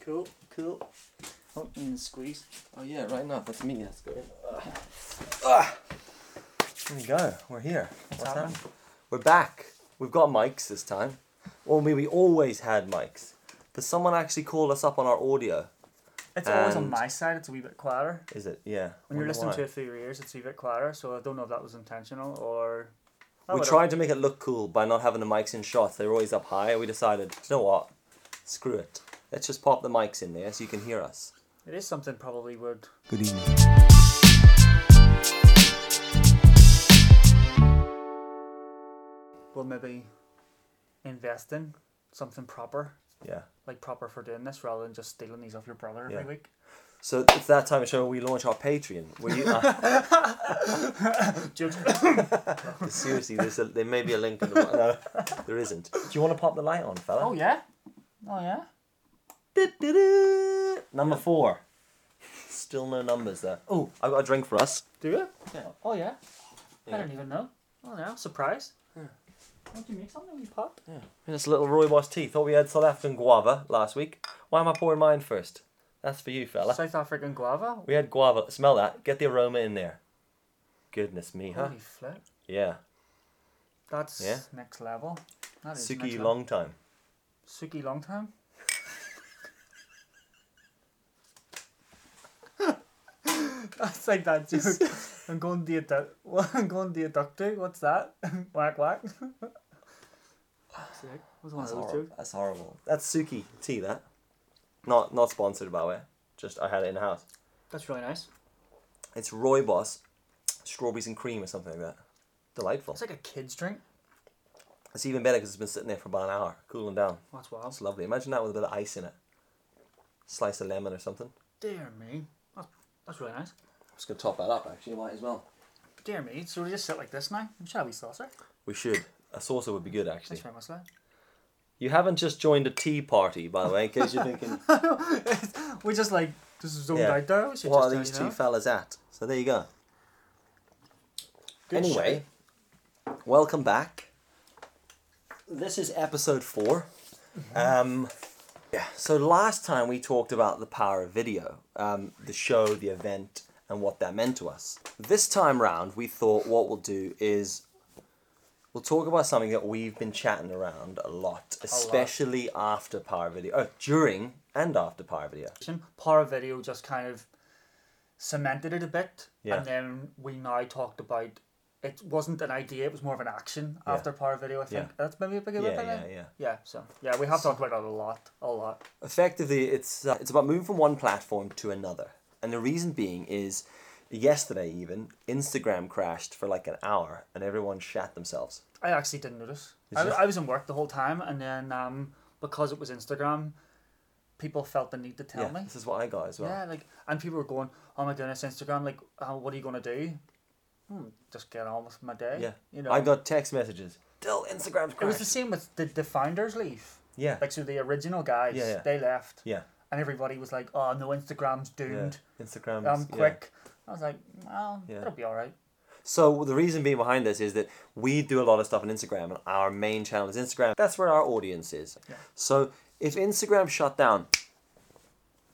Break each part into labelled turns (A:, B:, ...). A: Cool, cool. Oh, and squeeze.
B: Oh yeah, right now that's me. That's good. There Ah. we go. We're here. What's
A: happening?
B: happened? We're back. We've got mics this time. Well, I mean, we always had mics, but someone actually called us up on our audio.
A: It's always on
B: And-
A: my side. It's a wee bit quieter.
B: Is it? Yeah.
A: When you're
B: Wonder
A: listening
B: why.
A: to it through your ears, it's a wee bit quieter. So I don't know if that was intentional or. I
B: we
A: would've-
B: tried to make it look cool by not having the mics in shots. They were always up high. We decided, you know what? Screw it. Let's just pop the mics in there so you can hear us.
A: It is something probably would.
B: Good evening.
A: We'll maybe invest in something proper,
B: Yeah.
A: like proper for doing this, rather than just stealing these off your brother every
B: Yeah.
A: week.
B: So it's that time of show where we launch our Patreon. Where you, uh,
A: Jokes.
B: seriously, there's a, there may be a link in the. No, there isn't. Do you want to pop the light on, fella?
A: oh yeah. Oh yeah.
B: Du-du-du. Number four. Still no numbers there. Oh, I've got a drink for us.
A: Do you?
B: Yeah.
A: Oh yeah.
B: Yeah.
A: I didn't even know. Oh yeah. Surprise. Why do you make something? You pop.
B: And it's a little rooibos tea. Thought we had South African guava last week. Why am I pouring mine first? That's for you, fella.
A: South African guava.
B: We had guava. Smell that. Get the aroma in there. Goodness me, huh?
A: Holy flip.
B: Yeah.
A: That's
B: Yeah.
A: next level. That is next
B: Suki
A: level.
B: long time.
A: Suki long time. That's like that joke. I'm going to a doc- what- I'm going to a doctor. What's that? whack whack. Sick. Was one
B: That's
A: of those
B: horrible.
A: jokes.
B: That's horrible. That's Suki tea, that. Not not sponsored by the way. Just I had it in the house.
A: That's really nice.
B: It's rooibos, strawberries and cream or something like that. Delightful.
A: It's like a kid's drink.
B: It's even better because it's been sitting there for about an hour, cooling down.
A: That's wild.
B: That's lovely. Imagine that with a bit of ice in it. Slice of lemon or something.
A: Dear me. That's, that's really nice.
B: I'm just gonna top that up actually, might as well.
A: Dear me. So we just sit like this now. Shall we saucer?
B: We should. A saucer would be good actually.
A: Thanks very much, lad.
B: You haven't just joined a tea party, by the way, in case you're thinking,
A: we just like just zoned
B: Yeah.
A: out there. We should
B: what
A: just,
B: are
A: uh,
B: these
A: you
B: two
A: know,
B: fellas at? So there you go.
A: good
B: anyway,
A: shit.
B: welcome back. This is episode 4 Um, yeah. So last time we talked about the power of video, um, the show, the event, and what that meant to us. This time round, we thought what we'll do is we'll talk about something that we've been chatting around a lot, especially after power video, uh, during and after power video.
A: Para video just kind of cemented it a bit,
B: Yeah.
A: and then we now talked about it wasn't an idea; it was more of an action after Power Video. I think
B: Yeah.
A: that's maybe a big
B: Yeah,
A: bit.
B: yeah, yeah.
A: Yeah, so yeah, we have talked about it a lot, a lot.
B: effectively it's uh, it's about moving from one platform to another and the reason being is yesterday even instagram crashed for like an hour and everyone shat themselves
A: I actually didn't notice. I,
B: you?
A: I was in work the whole time, and then um, because it was Instagram, people felt the need to tell
B: yeah
A: me.
B: this is what i got as well
A: Yeah, like, and people were going, "Oh my goodness, Instagram! Like, oh, what are you gonna do? Hmm, just get on with my day."
B: yeah
A: you know.
B: i got text messages till instagram's
A: it was
B: crashed
A: the same with the, the founders leave.
B: yeah
A: Like, so the original guys,
B: Yeah, yeah.
A: they left,
B: yeah
A: and everybody was like, "Oh no, Instagram's
B: yeah
A: doomed.
B: instagram
A: Um, quick." I was like, "Well,
B: Yeah.
A: it'll be all right."
B: So the reason being behind this is that we do a lot of stuff on Instagram, and our main channel is Instagram. That's where our audience is.
A: Yeah.
B: So if Instagram shut down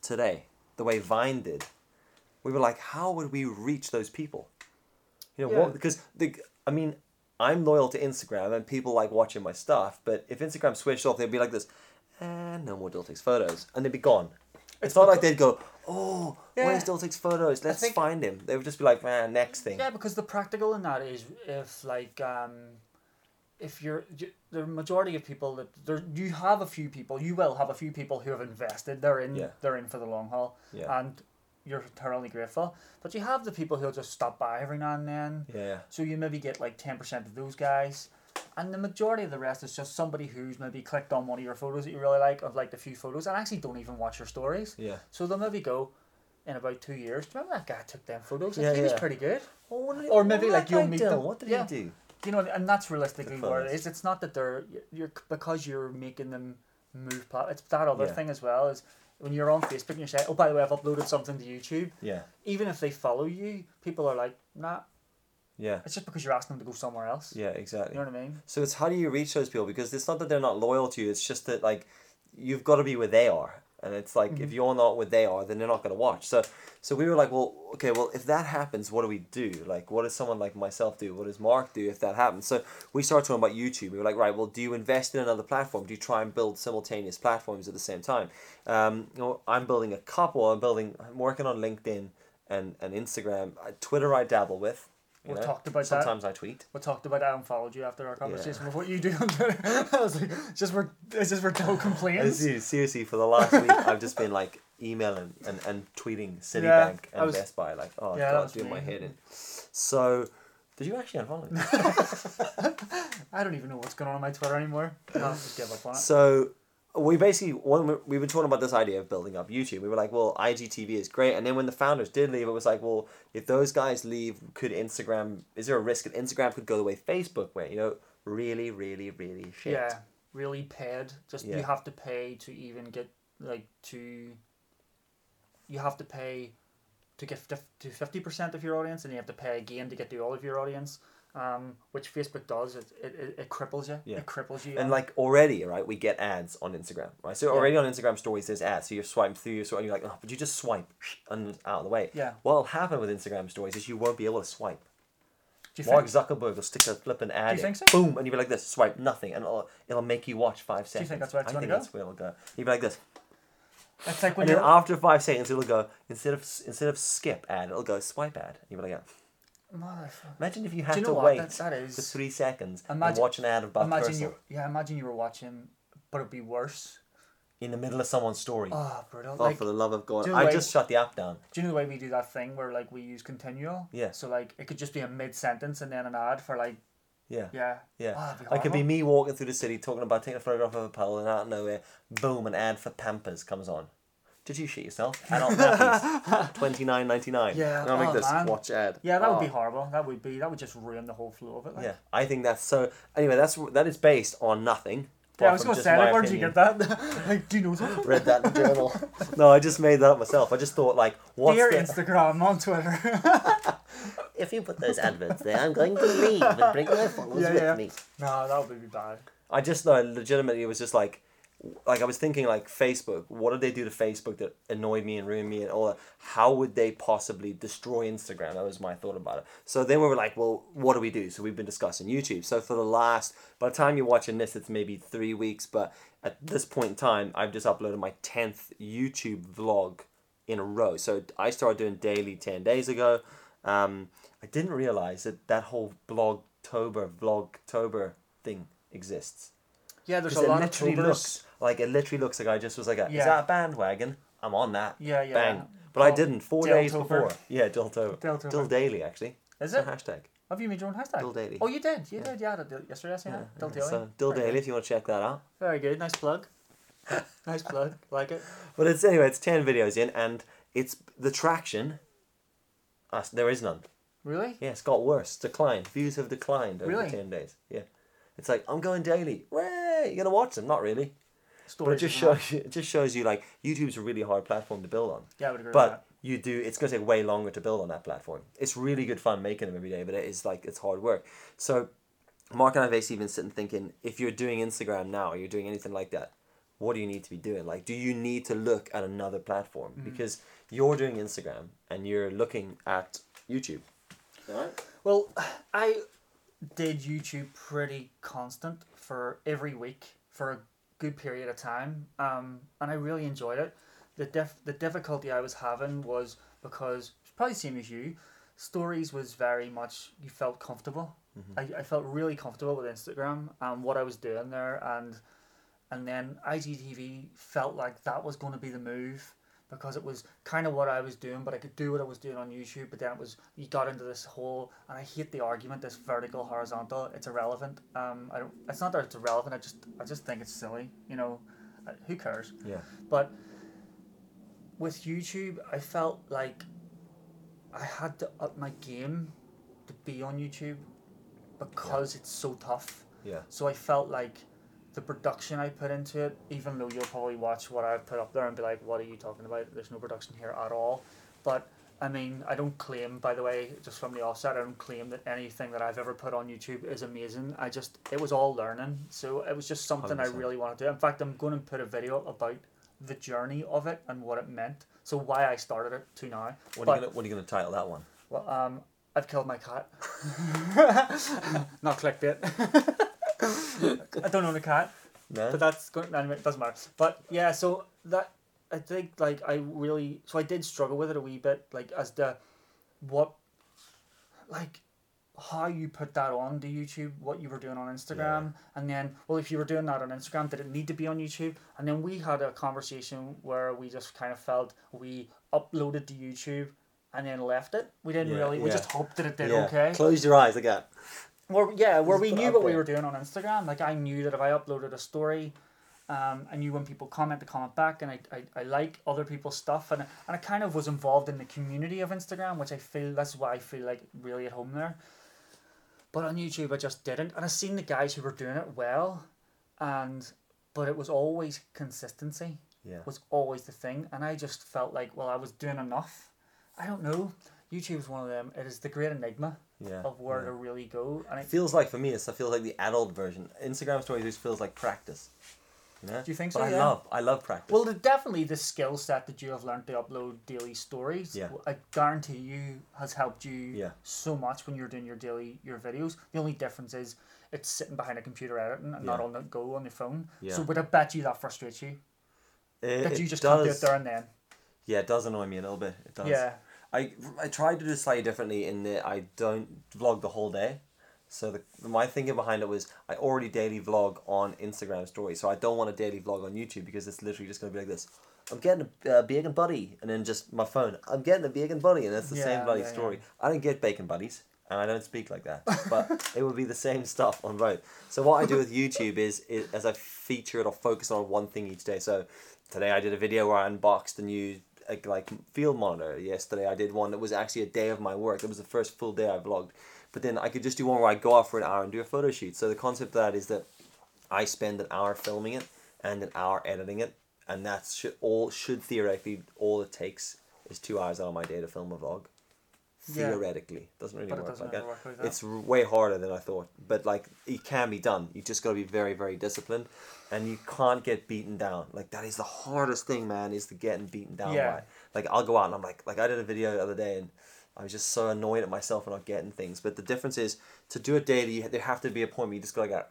B: today, the way Vine did, we were like, how would we reach those people? You know
A: Yeah.
B: what? Because the I mean, I'm loyal to Instagram, and people like watching my stuff. But if Instagram switched off, they'd be like this, and no more Dill takes photos, and they'd be gone. It's not like they'd go, oh,
A: Yeah.
B: where's Dill takes photos? Let's
A: think-
B: find him. They would just be like, man, next thing.
A: Yeah, because the practical in that is if like um, if you're you, the majority of people that there you have a few people you will have a few people who have invested they're in
B: Yeah.
A: they're in for the long haul
B: Yeah.
A: and you're eternally grateful but you have the people who'll just stop by every now and then
B: yeah.
A: so you maybe get like ten percent of those guys. And the majority of the rest is just somebody who's maybe clicked on one of your photos that you really like, of like the few photos, and actually don't even watch your stories.
B: Yeah.
A: So they'll maybe go in about two years. Do you remember that guy took them photos?
B: Yeah,
A: Yeah, he was
B: yeah.
A: pretty good.
B: Or
A: Or maybe, like, you'll meet them.
B: What did
A: Yeah.
B: he do?
A: You know, and that's realistically
B: The
A: where it
B: photos.
A: is. It's not that they're you're because you're making them move. Plat- it's that other
B: Yeah.
A: thing as well is when you're on Facebook and you say, "Oh, by the way, I've uploaded something to YouTube."
B: Yeah,
A: Even if they follow you, people are like, "Nah."
B: yeah,
A: It's just because you're asking them to go somewhere else.
B: yeah, exactly.
A: You know what I mean?
B: So it's how do you reach those people? Because it's not that they're not loyal to you. It's just that like you've got to be where they are, and it's like
A: Mm-hmm.
B: if you're not what they are, then they're not gonna watch. So, so we were like, well, okay, well, if that happens, what do we do? Like, what does someone like myself do? What does Mark do if that happens? So we started talking about YouTube. We were like, right, well, do you invest in another platform? Do you try and build simultaneous platforms at the same time? Um, you know, I'm building a couple. I'm building. I'm working on LinkedIn and and Instagram. Uh, Twitter, I dabble with. you
A: We
B: know.
A: talked about that.
B: Sometimes I tweet.
A: We talked about I unfollowed you after our conversation with what you do on Twitter. I was like, it's just for it's just for no
B: This
A: complaints.
B: is- seriously, for the last week, I've just been like emailing and, and tweeting Citibank
A: I
B: and
A: was-
B: Best Buy, like, oh,
A: Yeah, that
B: God,
A: was
B: doing my
A: me.
B: head in. So, did you actually unfollow me?
A: I don't even know what's going on on my Twitter anymore. I'll just give up on it.
B: So we basically when we- we were talking about this idea of building up YouTube, we were like, well, IGTV is great, and then when the founders did leave, it was like, well, if those guys leave, could Instagram? Is there a risk that Instagram could go the way Facebook went? You know, really, really, really shit.
A: Yeah, really paid. Just
B: Yeah.
A: you have to pay to even get like to. You have to pay to get fif- to fifty percent of your audience, and you have to pay again to get to all of your audience. Um, which Facebook does. It it, it, it cripples you.
B: Yeah.
A: It cripples you.
B: And like already, right? We get ads on Instagram, right? So
A: Yeah.
B: already on Instagram stories, there's ads. So you're swiping through, you're swiping, you're like, oh, but you just swipe and out of the way.
A: Yeah.
B: What'll happen with Instagram stories is you won't be able to swipe.
A: do you
B: Mark
A: think,
B: Zuckerberg will stick a flipping ad.
A: you
B: in,
A: think so?
B: Boom, and you'll be like this, swipe nothing, and it'll, it'll make you watch five
A: you
B: seconds.
A: think that's where it's
B: I
A: gonna
B: think
A: go?
B: that's where it'll go. You'll be like this,
A: it's like when
B: and then
A: you're
B: after five seconds, it'll go instead of instead of skip ad, it'll go swipe ad. And you'll be like, yeah.
A: Motherfucker.
B: imagine if you had
A: you know
B: to
A: what?
B: wait
A: That- that is-
B: for three seconds and
A: Imagine-
B: watch an ad of Buck
A: Imagine
B: Purcell
A: you. Yeah, imagine you were watching, but it'd be worse.
B: in the middle of someone's story. Oh,
A: Oh, brutal. like,
B: for the love of God!
A: do you
B: I
A: like-
B: just shut the app down.
A: do you know the way we do that thing where like we use continual?
B: Yeah.
A: So like it could just be a mid sentence and then an ad for like
B: Yeah.
A: yeah.
B: Yeah,
A: Oh, that'd
B: like it'd be
A: horrible.
B: me walking through the city talking about taking a photograph of a puddle, and out of nowhere, boom, an ad for Pampers comes on. Did you shit yourself? Adult nappies, twenty nine ninety nine.
A: Yeah,
B: and I'll make
A: oh,
B: this
A: man.
B: watch ad.
A: Yeah, that
B: Oh.
A: would be horrible. That would be that would just ruin the whole flow of it. Like.
B: Yeah, I think that's so. Anyway, that's that is based on nothing.
A: Yeah,
B: apart
A: I was
B: from
A: gonna
B: just
A: say
B: my
A: like, where'd you
B: opinion.
A: get that? like, do you know something?
B: Read that in the journal. no, I just made that up myself. I just thought like, what's
A: Dear
B: the-
A: Instagram on Twitter.
B: if you put those adverts there, I'm going to leave and bring my followers
A: Yeah,
B: with
A: yeah.
B: me.
A: no, that would be bad.
B: I just no, legitimately it was just like like I was thinking like Facebook, what did they do to Facebook that annoyed me and ruined me and all that? How would they possibly destroy Instagram? That was my thought about it. So then we were like, well, what do we do? So we've been discussing YouTube. So for the last by the time you're watching this, it's maybe three weeks, but at this point in time, I've just uploaded my tenth YouTube vlog in a row. So I started doing daily ten days ago. Um, I didn't realize that that whole blogtober vlogtober thing exists.
A: Yeah, there's a
B: Because it
A: lot of
B: literally
A: Tobers.
B: looks like it literally looks like I just was like, a, is
A: Yeah.
B: that a bandwagon? I'm on that.
A: Yeah, yeah.
B: Bang. But I
A: Del-
B: didn't four
A: Del
B: days
A: Tover.
B: before. Yeah, Dilto.
A: Del
B: Dil
A: Tover.
B: Daily actually.
A: Is
B: It's a
A: it?
B: hashtag.
A: Have you made your own hashtag?
B: Dill Uh-huh. Daily.
A: Oh, you did. You did. Yeah, I did it yesterday. I seen it. Dill Daily.
B: So uh, Dill
A: Very good.
B: Daily, if you want to check that out.
A: Very good. Nice plug. nice plug. Like it.
B: But it's anyway, it's ten videos in, and it's the traction. Us, there is none.
A: Really?
B: Yeah, it's got worse. Declined. Views have declined over
A: Really?
B: ten days. Yeah, it's like I'm going daily. Way, you gonna watch them? Not really. But it
A: Stories
B: just
A: and all.
B: shows you, it just shows you like YouTube's a really hard platform to build on.
A: Yeah, I would agree with that.
B: But you do it's gonna take way longer to build on that platform. It's really good fun making them every day, but it is like it's hard work. So Mark and I've basically been sitting thinking, if you're doing Instagram now or you're doing anything like that, what do you need to be doing? Like, do you need to look at another platform?
A: Mm-hmm.
B: Because you're doing Instagram and you're looking at YouTube. Right?
A: Well, I did YouTube pretty constant for every week for a good period of time, um, and I really enjoyed it. The def- the difficulty I was having was because probably same as you, stories was very much you felt comfortable. I, I felt really comfortable with Instagram and what I was doing there, and and then IGTV felt like that was going to be the move because it was kind of what I was doing, but I could do what I was doing on YouTube. But then it was you got into this whole, and I hate the argument this vertical horizontal. It's irrelevant. Um, I don't. It's not that it's irrelevant. I just I just think it's silly. You know, Uh, who cares?
B: Yeah.
A: But with YouTube, I felt like I had to up my game to be on YouTube because it's so tough.
B: Yeah.
A: So I felt like the production I put into it, even though you'll probably watch what I've put up there and be like, what are you talking about? There's no production here at all. But I mean, I don't claim, by the way, just from the offset, I don't claim that anything that I've ever put on YouTube is amazing. I just, it was all learning. So it was just something I
B: 100%.
A: really want to do. In fact, I'm going to put a video about the journey of it and what it meant. So why I started it to now.
B: What are,
A: But-
B: you gonna, what are you going to title that one?
A: well, um, I've killed my cat. Not clickbait. I don't own a cat,
B: No?
A: but that's going. Anyway, it doesn't matter. But yeah, so that I think like I really so I did struggle with it a wee bit, like as the what, like how you put that on to YouTube, what you were doing on Instagram, and then well, if you were doing that on Instagram, did it need to be on YouTube? And then we had a conversation where we just kind of felt we uploaded to YouTube and then left it. We didn't
B: Yeah,
A: really. We
B: yeah.
A: just hoped that it did
B: Yeah.
A: okay.
B: Close your eyes again.
A: Where yeah, where
B: Just
A: we
B: put it
A: knew
B: up
A: what we
B: there.
A: were doing on Instagram. Like I knew that if I uploaded a story, um, I knew when people comment to comment back, and I, I, I like other people's stuff, and and I kind of was involved in the community of Instagram, which I feel that's why I feel like really at home there. But on YouTube, I just didn't, and I seen the guys who were doing it well, and but it was always consistency
B: Yeah.
A: was always the thing, and I just felt like well I was doing enough. I don't know. YouTube is one of them. It is the great enigma
B: Yeah.
A: of where
B: yeah.
A: to really go, and I
B: It feels like for me, it's, it feels like the adult version. Instagram stories just feels like practice. You know?
A: Do you think
B: but
A: so?
B: I
A: Yeah.
B: love, I love practice.
A: Well, the, definitely the skill set that you have learned to upload daily stories,
B: Yeah.
A: w- I guarantee you, has helped you
B: Yeah.
A: so much when you're doing your daily your videos. The only difference is it's sitting behind a computer editing and not
B: Yeah.
A: on the go on your phone.
B: Yeah.
A: So, would I bet you that frustrates you
B: It-
A: that
B: it
A: you just can't do
B: does,
A: it there and then?
B: Yeah, it does annoy me a little bit. It does.
A: Yeah,
B: I I tried to do it slightly differently in that I don't vlog the whole day. So the, my thinking behind it was I already daily vlog on Instagram story, so I don't want a daily vlog on YouTube because it's literally just gonna be like this. I'm getting a uh, bacon buddy, and then just my phone. I'm getting a bacon buddy, and that's the same
A: Yeah,
B: bloody
A: yeah,
B: story. I don't get bacon buddies, and I don't speak like that, but it would be the same stuff on both. So what I do with YouTube is, is as I feature it, I'll focus on one thing each day. So today I did a video where I unboxed a new like, like field monitor. Yesterday I did one that was actually a day of my work. That was the first full day I vlogged. But then I could just do one where I go out for an hour and do a photo shoot. So the concept of that is that I spend an hour filming it and an hour editing it, and that should all should theoretically all it takes is two hours out of my day to film a vlog.
A: Yeah.
B: Theoretically, doesn't really
A: But it
B: work
A: doesn't
B: like
A: ever
B: that.
A: work like that.
B: It's r- way harder than I thought, but like it can be done. You just got to be very very disciplined, and you can't get beaten down. Like that is the hardest thing, man. Is the getting beaten down
A: Yeah.
B: by. Like I'll go out and I'm like like I did a video the other day and. I was just so annoyed at myself for not getting things. But the difference is, to do it daily, you- there have to be a point where you just go like, that.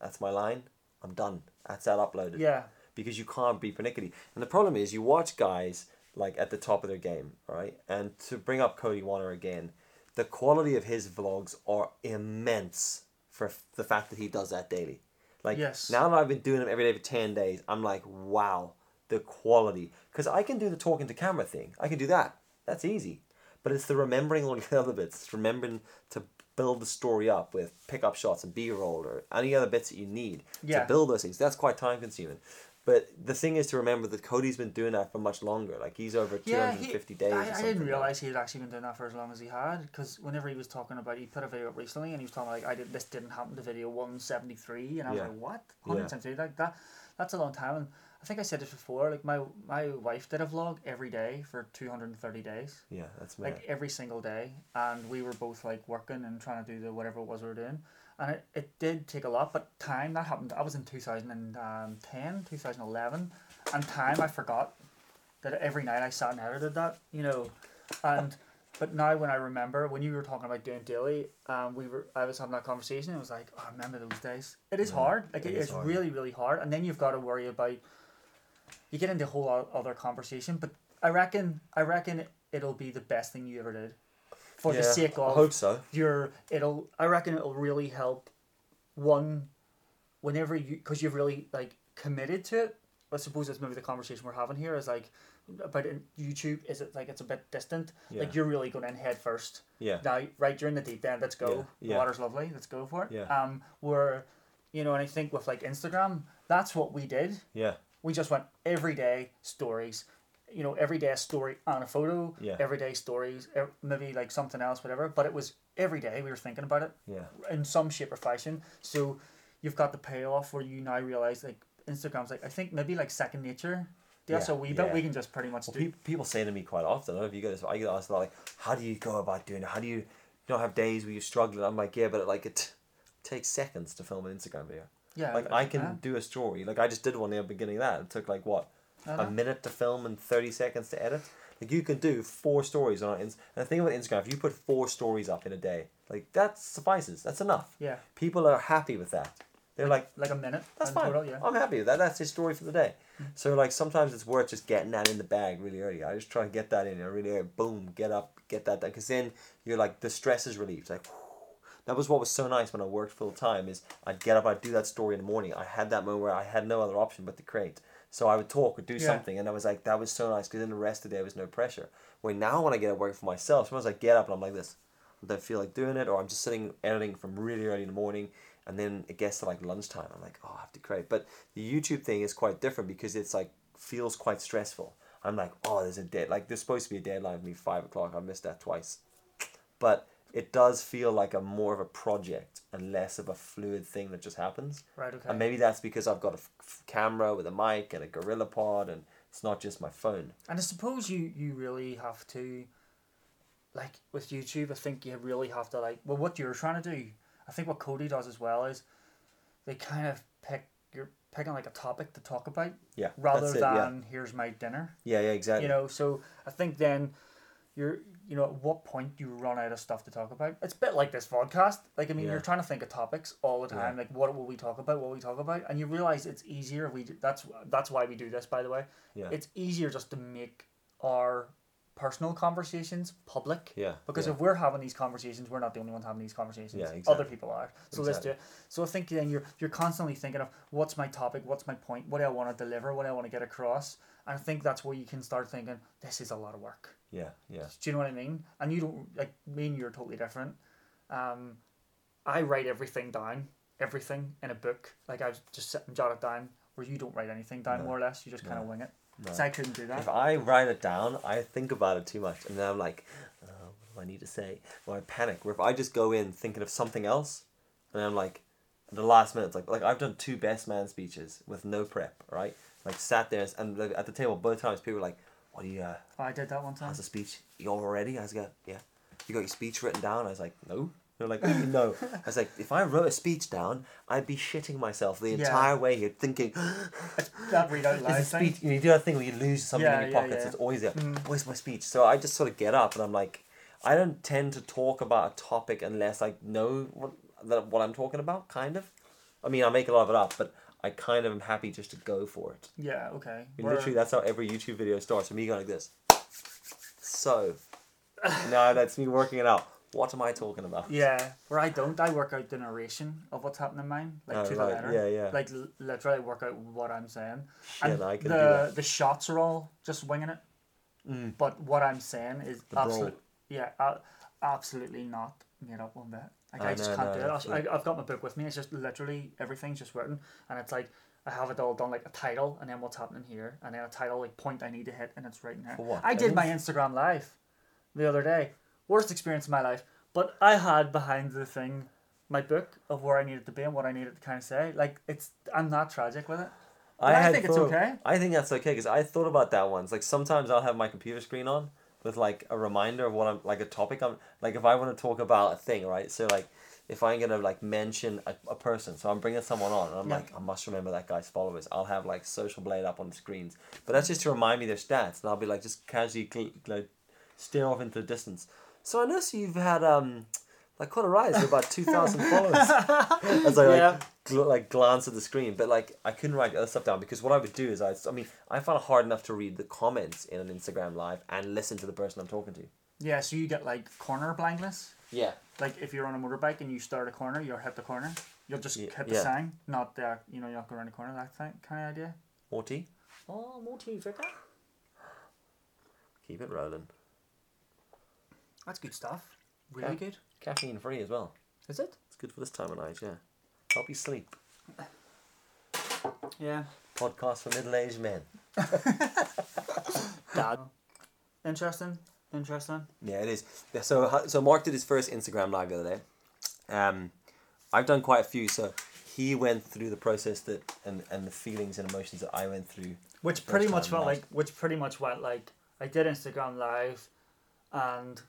B: that's my line. I'm done. That's that uploaded.
A: yeah,
B: Because you can't be pernickety. And the problem is, you watch guys like at the top of their game, right? And to bring up Cody Warner again, the quality of his vlogs are immense for f- the fact that he does that daily. Like
A: Yes.
B: now that I've been doing them every day for ten days, I'm like, wow, the quality. Because I can do the talking to camera thing. I can do that. That's easy. But it's the remembering all the other bits. It's remembering to build the story up with pickup shots and B-roll or any other bits that you need
A: Yeah.
B: to build those things. That's quite time consuming. But the thing is to remember that Cody's been doing that for much longer. Like he's over
A: yeah.
B: 250
A: he,
B: days. or
A: I, I
B: something
A: didn't
B: now.
A: realize he had actually been doing that for as long as he had. Because whenever he was talking about, he put a video up recently, and he was talking like, "I did this didn't happen to video one seventy three, and I was
B: Yeah.
A: like, "What?
B: Yeah.
A: 173 like that that's a long time and i think i said this before like my my wife did a vlog every day for 230 days
B: Yeah, that's mad.
A: like every single day and we were both like working and trying to do the whatever it was we were doing and it, it did take a lot but time that happened i was in um, 2010 2011 and time i forgot that every night i sat and edited that you know and but now when i remember when you were talking about doing daily um, we were i was having that conversation and it was like oh, i remember those days it is hard like
B: it
A: it
B: is
A: is,
B: hard.
A: really really hard and then you've got to worry about you get into a whole lot other conversation but i reckon i reckon it'll be the best thing you ever did for the
B: Yeah,
A: sake
B: I
A: of
B: hope so.
A: your it'll i reckon it'll really help one whenever you because you've really like committed to it i suppose that's maybe the conversation we're having here is like about in- youtube is it like it's a bit distant
B: Yeah.
A: like you're really going in head first
B: Yeah.
A: now right during the deep end let's go
B: Yeah,
A: The
B: yeah.
A: water's lovely let's go for it
B: Yeah.
A: um where you know and i think with like instagram that's what we did
B: Yeah.
A: we just went everyday stories, you know, everyday story on a photo,
B: Yeah.
A: everyday stories, ev- maybe like something else, whatever. But it was every day we were thinking about it
B: Yeah.
A: in some shape or fashion. So you've got the payoff where you now realize like Instagram's like I think maybe like second nature. That's
B: Yeah,
A: a wee
B: yeah.
A: bit we can just pretty much
B: Well,
A: do.
B: peop people say to me quite often, I don't know if you get this, but I get asked a lot, like, how do you go about doing it? How do you not have days where you're struggling? I'm like, yeah, but it, like it takes seconds to film an Instagram video.
A: Yeah.
B: Like I can do a story. Like I just did one near the beginning of that. It took like what
A: Uh-huh.
B: a minute to film and thirty seconds to edit. Like you can do four stories on Instagram. And the thing about Instagram, if you put four stories up in a day, like that suffices. That's enough.
A: Yeah.
B: People are happy with that. They're like,
A: Like a minute.
B: that's
A: in
B: fine.
A: Total, yeah.
B: I'm happy with that. That's his story for the day. So like sometimes it's worth just getting that in the bag really early. I just try and get that in there really early. Boom, get up, get that done. Because then you're like the stress is relieved. Like whew. that was what was so nice when I worked full time is I'd get up, I'd do that story in the morning. I had that moment where I had no other option but to create. So I would talk or do
A: Yeah.
B: something, and I was like, that was so nice because then the rest of the day was no pressure. Where now when I get up working for myself, sometimes I get up and I'm like this. I don't feel like doing it, or I'm just sitting editing from really early in the morning, and then it gets to like lunchtime. I'm like, oh, I have to create. But the YouTube thing is quite different because it's like feels quite stressful. I'm like, oh, there's a dead like there's supposed to be a deadline for me five o'clock. I missed that twice, but it does feel like a more of a project and less of a fluid thing that just happens.
A: Right. Okay.
B: And maybe that's because I've got a f- f- camera with a mic and a gorilla pod, and it's not just my phone.
A: And I suppose you you really have to, like with YouTube, I think you really have to like well what you're trying to do. I think what Cody does as well is, they kind of pick you're picking like a topic to talk about
B: Yeah,
A: rather
B: that's it,
A: than
B: yeah,
A: here's my dinner.
B: yeah, yeah, exactly.
A: You know, so I think then. You're, you know, at what point do you run out of stuff to talk about? It's a bit like this podcast. Like, I mean,
B: Yeah.
A: you're trying to think of topics all the time. Like, what will we talk about? What will we talk about? And you realize it's easier. if We do, that's that's why we do this, by the way
B: yeah,
A: it's easier just to make our personal conversations public.
B: yeah,
A: Because
B: yeah.
A: if we're having these conversations, we're not the only ones having these conversations.
B: Yeah,
A: Other
B: exactly.
A: people are. So let's do it. So I think then you're you're constantly thinking of what's my topic, what's my point, what do I want to deliver, what do I want to get across. And I think that's where you can start thinking, this is a lot of work.
B: yeah, yeah.
A: Do you know what I mean? And you don't like me and you are totally different. Um, I write everything down, everything in a book. Like I just sit and jot it down. Where you don't write anything down,
B: No.
A: more or less. You just kind of wing it. So I couldn't do that.
B: If I write it down, I think about it too much, and then I'm like, uh, what do I need to say? Or I panic. Where if I just go in thinking of something else, and I'm like, at the last minute, it's like like I've done two best man speeches with no prep, right? Like sat there and like, at the table both times, people were like, what do you? Uh,
A: Oh, I did that one time.
B: how's the speech? You all ready? I was like, yeah. You got your speech written down? I was like, no. They're like, "What do you mean, no. I was like, if I wrote a speech down, I'd be shitting myself the
A: Yeah.
B: entire way here, thinking,
A: That read out loud
B: It's a
A: thing.
B: speech. You do that thing where you lose something
A: Yeah,
B: in your
A: yeah,
B: pocket.
A: yeah. Hmm.
B: So it's always there. Where's my speech? So I just sort of get up and I'm like, I don't tend to talk about a topic unless I know what that what I'm talking about. Kind of. I mean, I make a lot of it up, but I kind of am happy just to go for it.
A: Yeah. Okay.
B: I mean,
A: Where-
B: literally, that's how every YouTube video starts. with Me going like this. So, now that's me working it out. What am I talking about?
A: Yeah. Where I don't, I work out the narration of what's happening in mine, like
B: Oh,
A: to
B: right,
A: the letter.
B: yeah, yeah.
A: Like l- literally work out what I'm saying.
B: Shit, I can do
A: the
B: that. Mm.
A: the shots are all just winging it. But what I'm saying is
B: The
A: absolutely,
B: brawl.
A: yeah, uh, absolutely not made up one bit. Like I,
B: I
A: just
B: know,
A: can't
B: no,
A: do
B: that's
A: it. I, I've got my book with me. It's just literally everything's just written, and it's like. I have it all done like a title, and then what's happening here, and then a title like point I need to hit, and it's right in there.
B: For what?
A: I did my Instagram live the other day. Worst experience of my life. But I had behind the thing my book of where I needed to be and what I needed to kind of say. Like it's I'm not tragic with it. But I think it's
B: thought-
A: okay.
B: I think that's okay because I thought about that once. Like sometimes I'll have my computer screen on with like a reminder of what I'm like a topic. I'm like if I want to talk about a thing, right? So like if I'm gonna like mention a, a person, so I'm bringing someone on, and I'm
A: Yeah.
B: like I must remember that guy's followers. I'll have like Social Blade up on the screens, but that's just to remind me their stats, and I'll be like just casually cl- like stare off into the distance. So I notice you've had um. Like quite a rise of about two thousand followers as I like,
A: Yeah.
B: gl- like glance at the screen. But like I couldn't write the other stuff down because what I would do is I, I mean I found it hard enough to read the comments in an Instagram live and listen to the person I'm talking to.
A: Yeah, so you get like corner blindness.
B: Yeah.
A: Like if you're on a motorbike and you start a corner, you'll hit the corner. You'll just
B: Ye-
A: hit the
B: yeah.
A: sign, not the you know you're not going around the corner. That thing, kind of idea.
B: Morty,
A: Oh, more tea, Vicar.
B: keep it rolling.
A: That's good stuff. Really
B: Yeah.
A: good.
B: Caffeine free as well.
A: Is it?
B: It's good for this time of night. Yeah. Help you sleep.
A: Yeah.
B: Podcast for middle aged men.
A: Dad. Oh. Interesting. Interesting.
B: Yeah, it is. Yeah, So ho- so Mark did his first Instagram live the other day. Um, I've done quite a few. So he went through the process that and and the feelings and emotions that I went through.
A: which
B: First
A: pretty much
B: time
A: felt
B: live.
A: like which pretty much went like I did Instagram live, and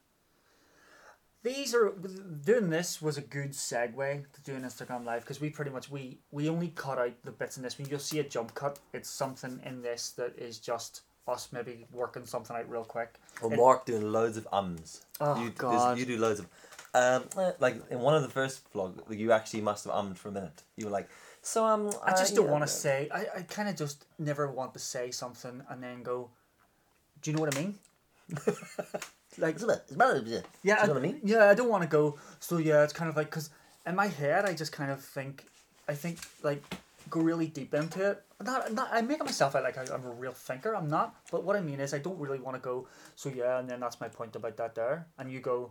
A: these are doing this was a good segue to doing Instagram live because we pretty much we we only cut out the bits in this. When you'll see a jump cut, it's something in this that is just us maybe working something out real quick.
B: Well,
A: It-
B: Mark doing loads of ums.
A: Eh. Oh,
B: you, there's-
A: God.
B: You do loads of, um, eh, like in one of the first vlog, you actually must have ummed for a minute. You were like, so um,
A: I just don't want
B: to
A: to say. I, I kind of just never want to say something and then go. Do you know what I mean? like yeah,
B: you know
A: I,
B: what I mean?
A: yeah. I don't want to go. So yeah, it's kind of like because in my head, I just kind of think. I think like go really deep into it. Not, not I make myself out like I, I'm a real thinker. I'm not. But what I mean is, I don't really want to go. So yeah, and then that's my point about that there. And you go,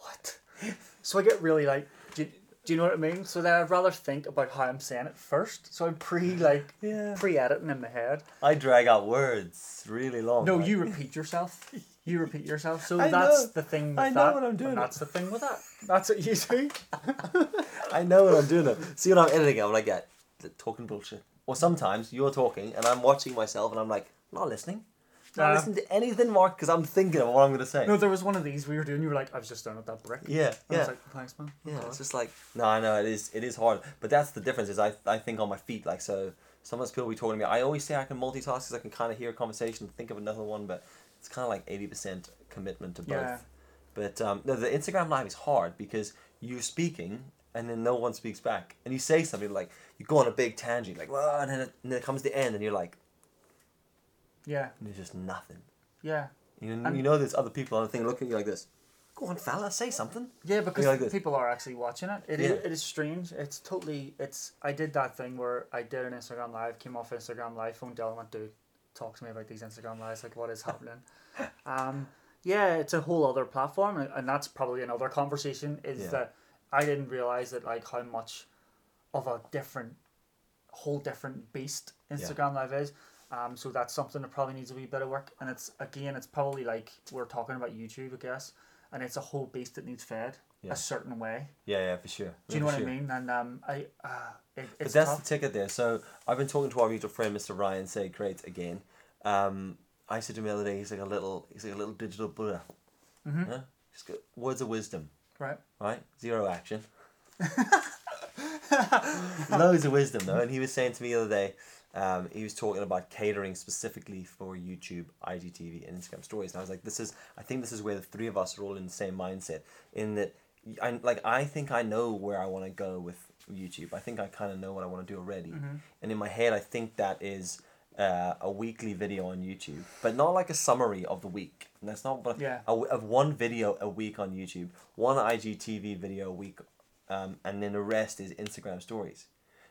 A: what? So I get really like, do you, do you know what I mean? So then I'd rather think about how I'm saying it first. So I'm pre like
B: Yeah.
A: pre editing in my head.
B: I drag out words really long.
A: No,
B: like-
A: you repeat yourself. You repeat yourself. So
B: I
A: that's
B: know.
A: the thing with
B: I know
A: that.
B: what I'm
A: and
B: doing.
A: that's the thing with that. That's what you do.
B: I know what I'm doing. Though. See when I'm editing, I'm like, yeah, th- talking bullshit. Or sometimes you're talking and I'm watching myself and I'm like, not listening. Not
A: Nah.
B: listening to anything, Mark, because I'm thinking of what I'm gonna say.
A: Uh. No, there was one of these we were doing. You were like, I was just staring at that brick.
B: yeah,
A: I
B: yeah.
A: was like, thanks, man.
B: Yeah,
A: Okay.
B: it's just like no, I know it is. It is hard, but that's the difference. Is I, I think on my feet. Like so, sometimes people be talking to me. I always say I can multitask because I can kind of hear a conversation, think of another one, but it's kind of like eighty percent commitment to both.
A: Yeah.
B: But um, no, the Instagram live is hard because you're speaking and then no one speaks back, and you say something like you go on a big tangent, like well, and then it, and then it comes the end, and you're like
A: yeah,
B: there's just nothing.
A: yeah,
B: You know,
A: And-
B: you know there's other people on the thing looking at you like this. Go on, fella, say something.
A: yeah. Because
B: like this.
A: people are actually watching it. It, i-
B: Yeah.
A: it is strange. It's totally. It's. I did that thing where I did an Instagram live, came off Instagram live, phoned Dylan, went, dude, talk to me about these Instagram lives. Like, what is happening? um, yeah, it's a whole other platform, uh, and, and that's probably another conversation. Is
B: Yeah.
A: that I didn't realize that like how much of a different, whole different beast Instagram Live is. Um, so that's something that probably needs a wee bit of work. And it's again, it's probably like we're talking about YouTube, I guess, and it's a whole beast that needs fed
B: Yeah.
A: a certain way.
B: Yeah, yeah, for sure.
A: Do you know
B: For
A: what
B: sure.
A: I mean? And um, I uh, it,
B: But
A: it's
B: that's
A: tough.
B: the ticket there. So I've been talking to our mutual friend, Mr. Ryan Say Great again. Um, I said to him the other day, he's like a little, he's like a little digital Buddha.
A: Mhm.
B: Huh? He's got words of wisdom,
A: right.
B: right? Zero action. Loads of wisdom though, and he was saying to me the other day, um, he was talking about catering specifically for YouTube, IGTV, and Instagram stories, and I was like, this is, I think this is where the three of us are all in the same mindset, in that, I like, I think I know where I want to go with YouTube. I think I kind of know what I want to do already, and in my head, I think that is. Uh, a weekly video on YouTube, but not like a summary of the week. And that's not what
A: Yeah.
B: a w- of one video a week on YouTube, one IGTV video a week, um, and then the rest is Instagram stories,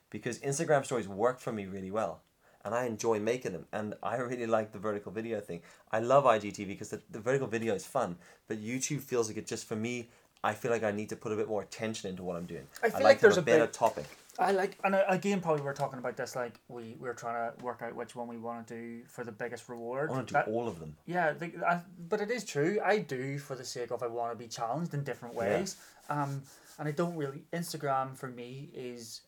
B: because Instagram stories work for me really well, and I enjoy making them, and I really like the vertical video thing. I love IGTV because the, the vertical video is fun, but YouTube feels like it just for me. I feel like I need to put a bit more attention into what I'm doing.
A: I feel
B: I'd
A: like
B: to have
A: there's a
B: better
A: big-
B: topic.
A: I like, and uh, again, probably we're talking about this. Like we we are trying to work out which one we want to do for the biggest reward.
B: I want to do
A: That-
B: all of them.
A: Yeah, the, I, but it is true. I do for the sake of I want to be challenged in different ways. Um, and I don't really Instagram for me is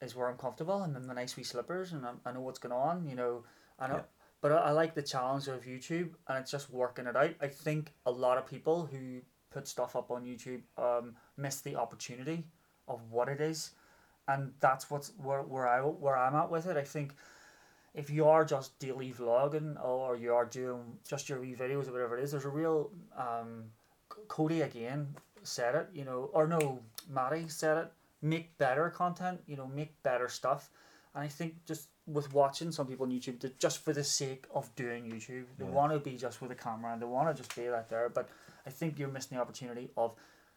A: is where I'm comfortable. I'm in my nice wee slippers and I'm, I know what's going on. You know, I know.
B: Yeah.
A: But I, I like the challenge of YouTube and it's just working it out. I think a lot of people who put stuff up on YouTube um, miss the opportunity of what it is, and that's what's where where I where I'm at with it. I think if you are just daily vlogging or you are doing just your wee videos or whatever it is, there's a real um, C- Cody again said it, you know, or no, Matty said it. Make better content, you know, make better stuff, and I think just with watching some people on YouTube, that just for the sake of doing YouTube, they
B: Yeah.
A: want to be just with a camera and they want to just be like there. But I think you're missing the opportunity of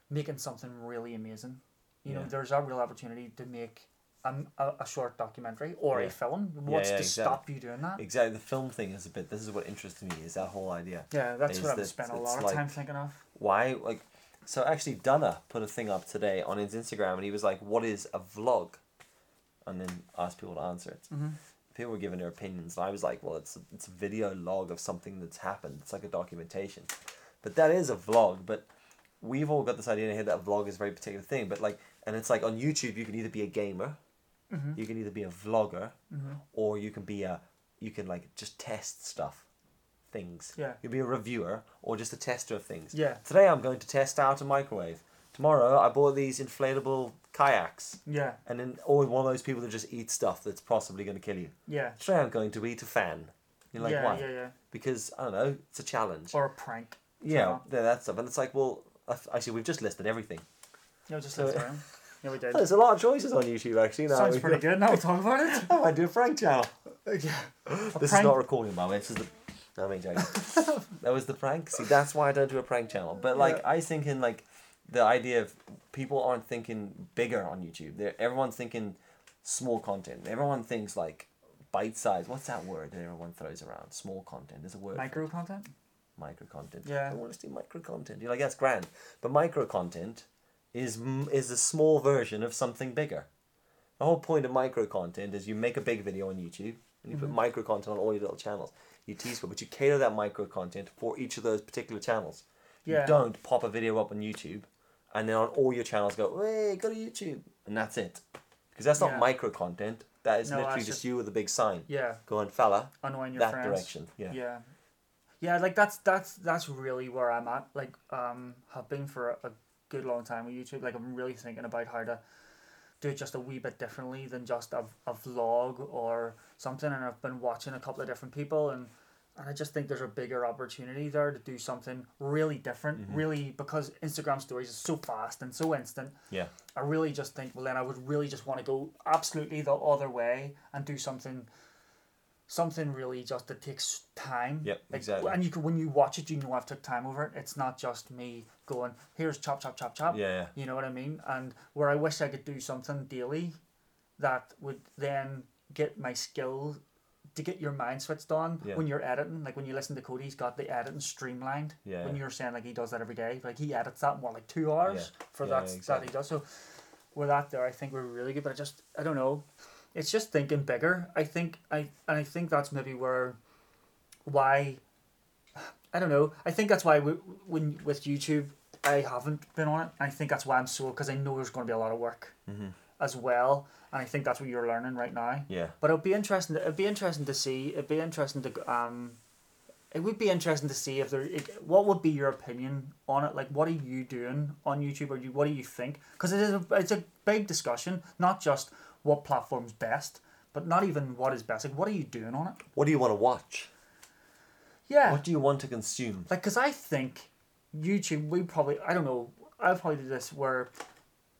A: making something really amazing. You know,
B: Yeah.
A: there's a real opportunity to make a, a, a short documentary or
B: Yeah.
A: a film. What's
B: yeah,
A: to
B: exactly.
A: stop you doing that?
B: Exactly, the film thing is a bit. This is what interests me. Is that whole idea.
A: Yeah, that's
B: is
A: what I've
B: that
A: spent a
B: it's
A: lot of
B: like-
A: time thinking of.
B: why like so actually Dunner put a thing up today on his Instagram and he was like what is a vlog and then asked people to answer it
A: Mhm.
B: people were giving their opinions and I was like well it's a, it's a video log of something that's happened it's like a documentation but that is a vlog but we've all got this idea in our head that a vlog is a very particular thing but like and it's like on YouTube you can either be a gamer you can either be a vlogger or you can be a you can like just test stuff things.
A: Yeah.
B: You'll be a reviewer or just a tester of things.
A: Yeah.
B: Today I'm going to test out a microwave. Tomorrow I bought these inflatable kayaks.
A: Yeah,
B: And then always one of those people that just eat stuff that's possibly going to kill you.
A: yeah.
B: Today I'm going to eat a fan. You're like,
A: yeah,
B: why?
A: yeah, yeah.
B: Because, I don't know, it's a challenge.
A: Or a prank.
B: yeah, yeah, that's stuff. And it's like, well, I f- actually, we've just listed everything.
A: No, just
B: So-
A: left around. Yeah, we did.
B: There's a lot of choices on YouTube, actually. Now
A: Sounds
B: we-
A: pretty good. Now we talk about it.
B: Oh, I might do a prank channel.
A: yeah.
B: this
A: prank-
B: is not recording, by the way. This is the. No, I mean, joking. that was the prank. See, that's why I don't do a prank channel. But like,
A: Yeah.
B: I was thinking like, the idea of people aren't thinking bigger on YouTube. They're, everyone's thinking small content. Everyone thinks like bite size. What's that word that everyone throws around? Small content. There's a word. for
A: Micro content?
B: micro content.
A: Yeah.
B: I want to do micro content. You're like, that's grand. But micro content is m- is a small version of something bigger. The whole point of micro content is you make a big video on YouTube and you
A: Mm-hmm.
B: put micro content on all your little channels. You tease for, but you cater that micro content for each of those particular channels.
A: Yeah.
B: You don't pop a video up on YouTube and then on all your channels go, hey, go to YouTube. And that's it. Because that's not
A: Yeah.
B: micro content. That is
A: No,
B: literally
A: that's
B: just,
A: just-
B: you with a big sign.
A: Yeah.
B: Go on, fella.
A: Annoying your
B: That
A: friends.
B: direction. Yeah.
A: yeah yeah like that's that's that's really where i'm at like um have been for a, a good long time with youtube like i'm really thinking about how to do it just a wee bit differently than just a, a vlog or something and i've been watching a couple of different people and and i just think there's a bigger opportunity there to do something really different really because instagram stories is so fast and so instant
B: Yeah.
A: I really just think, well, then I would really just want to go absolutely the other way and do something, something really just that takes time.
B: Yep,
A: Like,
B: exactly.
A: And you can, when you watch it, you know I've took time over it. It's not just me going here's chop chop chop chop.
B: Yeah. yeah.
A: You know what I mean? And where I wish I could do something daily, that would then get my skill to get your mind switched on
B: Yeah.
A: when you're editing. Like when you listen to Cody, he's got the editing streamlined.
B: Yeah,
A: When
B: yeah.
A: you're saying like he does that every day, like he edits that in what like two hours
B: Yeah.
A: for
B: Yeah,
A: that
B: yeah,
A: that he does. So with that there, I think we're really good. But I just I don't know. It's just thinking bigger. I think I and I think that's maybe where why I don't know. I think that's why we, when with YouTube I haven't been on it. I think that's why I'm so because I know there's going to be a lot of work as well, and I think that's what you're learning right now.
B: Yeah.
A: But it'd be interesting. It'd be interesting to see. It'd be interesting to um, it would be interesting to see if there. It, what would be your opinion on it? Like, what are you doing on YouTube, or you, what do you think? Because it is a, it's a big discussion, not just what platform's best, but not even what is best. Like, what are you doing on it?
B: What do you want to watch?
A: Yeah,
B: What do you want to consume?
A: like because I think YouTube. We probably I don't know. I probably do this where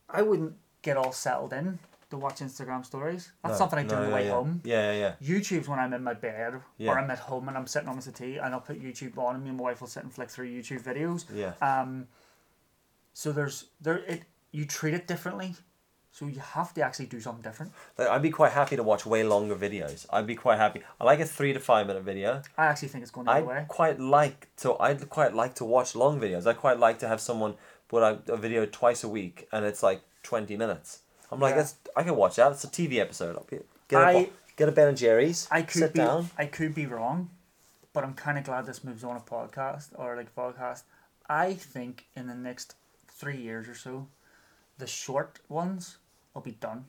A: I wouldn't get all settled in to watch Instagram stories. That's something I
B: No,
A: do on the
B: yeah,
A: way
B: yeah.
A: home.
B: Yeah, yeah, yeah.
A: YouTube's when I'm in my bed
B: Yeah.
A: or I'm at home and I'm sitting on my settee and I'll put YouTube on and me and my wife will sit and flick through YouTube videos.
B: Yeah.
A: Um, so there's there it you treat it differently, so you have to actually do something different.
B: Like, I'd be quite happy to watch way longer videos. I'd be quite happy. I like a three to five minute video.
A: I actually think it's going the
B: I
A: other way.
B: quite like to. I'd quite like to watch long videos. I quite like to have someone put out a video twice a week, and it's like twenty minutes. I'm like,
A: Yeah.
B: that's I can watch that. It's a TV episode. I'll be, get a
A: I-
B: bo- get a Ben and Jerry's.
A: I could
B: sit
A: be
B: down.
A: I could be wrong, but I'm kind of glad this moves on a podcast or like podcast. I think in the next three years or so, the short ones will be done.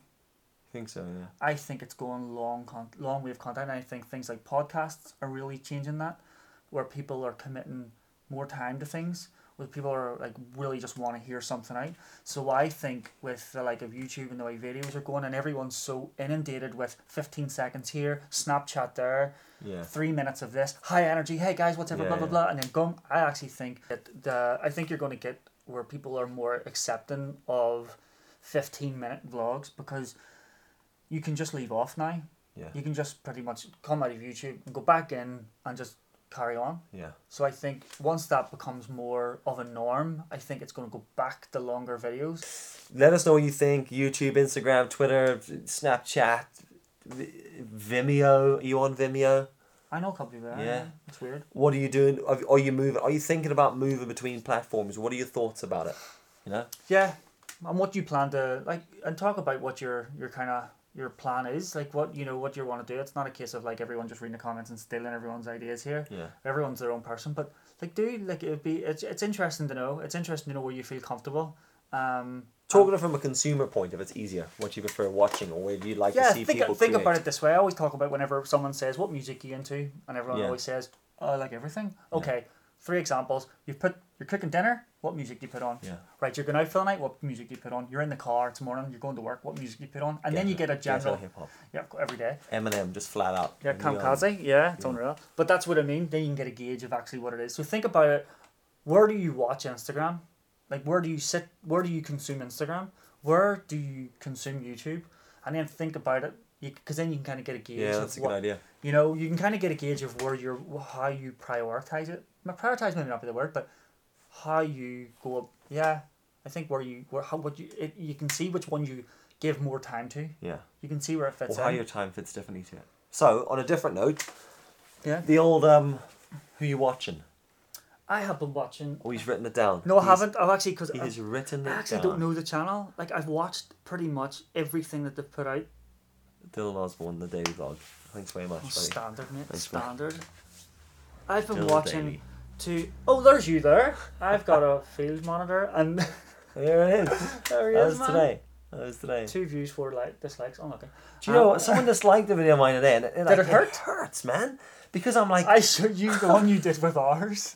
B: I think so. Yeah.
A: I think it's going long, con- long wave content. And I think things like podcasts are really changing that, where people are committing more time to things, where people are like really just want to hear something out. So I think with the like of YouTube and the way videos are going, and everyone's so inundated with fifteen seconds here, Snapchat there,
B: Yeah.
A: three minutes of this, high energy, hey guys, what's up,
B: Yeah,
A: blah blah
B: yeah.
A: blah, and then gum. I actually think that the I think you're going to get where people are more accepting of fifteen minute vlogs because you can just leave off now.
B: Yeah.
A: You can just pretty much come out of YouTube and go back in and just carry on.
B: Yeah.
A: So I think once that becomes more of a norm, I think it's going to go back to longer videos.
B: Let us know what you think. YouTube, Instagram, Twitter, Snapchat, Vi- Vimeo. Are you on Vimeo?
A: I know a couple of that.
B: Yeah.
A: It's weird.
B: What are you doing? Are are you moving? Are you thinking about moving between platforms? What are your thoughts about it? You know,
A: Yeah. And what do you plan to like and talk about what your your kind of your plan is like what you know what you want to do it's not a case of like everyone just reading the comments and stealing everyone's ideas here
B: yeah,
A: everyone's their own person but like do like it'd be it's, it's interesting to know it's interesting to know where you feel comfortable um
B: talking from a consumer point of it's easier. What you prefer watching, or where you like
A: yeah,
B: to see
A: think,
B: people
A: think
B: create.
A: about it this way. I always talk about whenever someone says, "What music are you into?" and everyone
B: Yeah.
A: always says, Oh, I like everything. Okay, three examples. You put you're cooking dinner. What music do you put on?
B: Yeah.
A: Right, you're going out for the night. What music do you put on? You're in the car. It's morning. You're going to work. What music do you put on? And then you get a general.
B: hip hop.
A: Yeah, every day.
B: Eminem just flat out.
A: Yeah,
B: neon.
A: kamikaze. Yeah, it's unreal. But that's what I mean. Then you can get a gauge of actually what it is. So think about it. Where do you watch Instagram? Like, where do you sit? Where do you consume Instagram? Where do you consume YouTube? And then think about it, because then you can kind of get a gauge.
B: Yeah,
A: of
B: that's a
A: what,
B: good idea.
A: You know, you can kind of get a gauge of where you're, how you prioritize it. My prioritize maybe not be the word, but how you go. Up, yeah, I think where you, where how what you, it, you can see which one you give more time to.
B: Yeah.
A: You can see where it fits
B: Or how
A: in.
B: your time fits differently to it. So, on a different note,
A: yeah,
B: the old um, who you watching?
A: I have been watching
B: Oh, he's written it down.
A: No, I
B: He's-
A: haven't. I've actually because
B: He
A: I,
B: has written it
A: I actually
B: down.
A: don't know the channel. Like I've watched pretty much everything that they've put out.
B: Dylan Osborne, the Daily Vlog. Thanks very much,
A: Oh,
B: buddy.
A: standard, mate.
B: Thanks, mate.
A: standard. I've been
B: Dylan
A: watching
B: Daily.
A: to. Oh, there's you there. I've got a field monitor and
B: There it is.
A: there he
B: That
A: is,
B: was
A: man.
B: today. That was today.
A: Two views, four like dislikes. Oh, Unlucky.
B: Do you know what? Someone disliked the video of mine today, and it, like,
A: it hurt?
B: hurts, man. Because I'm like, I,
A: I showed you the one you did with ours.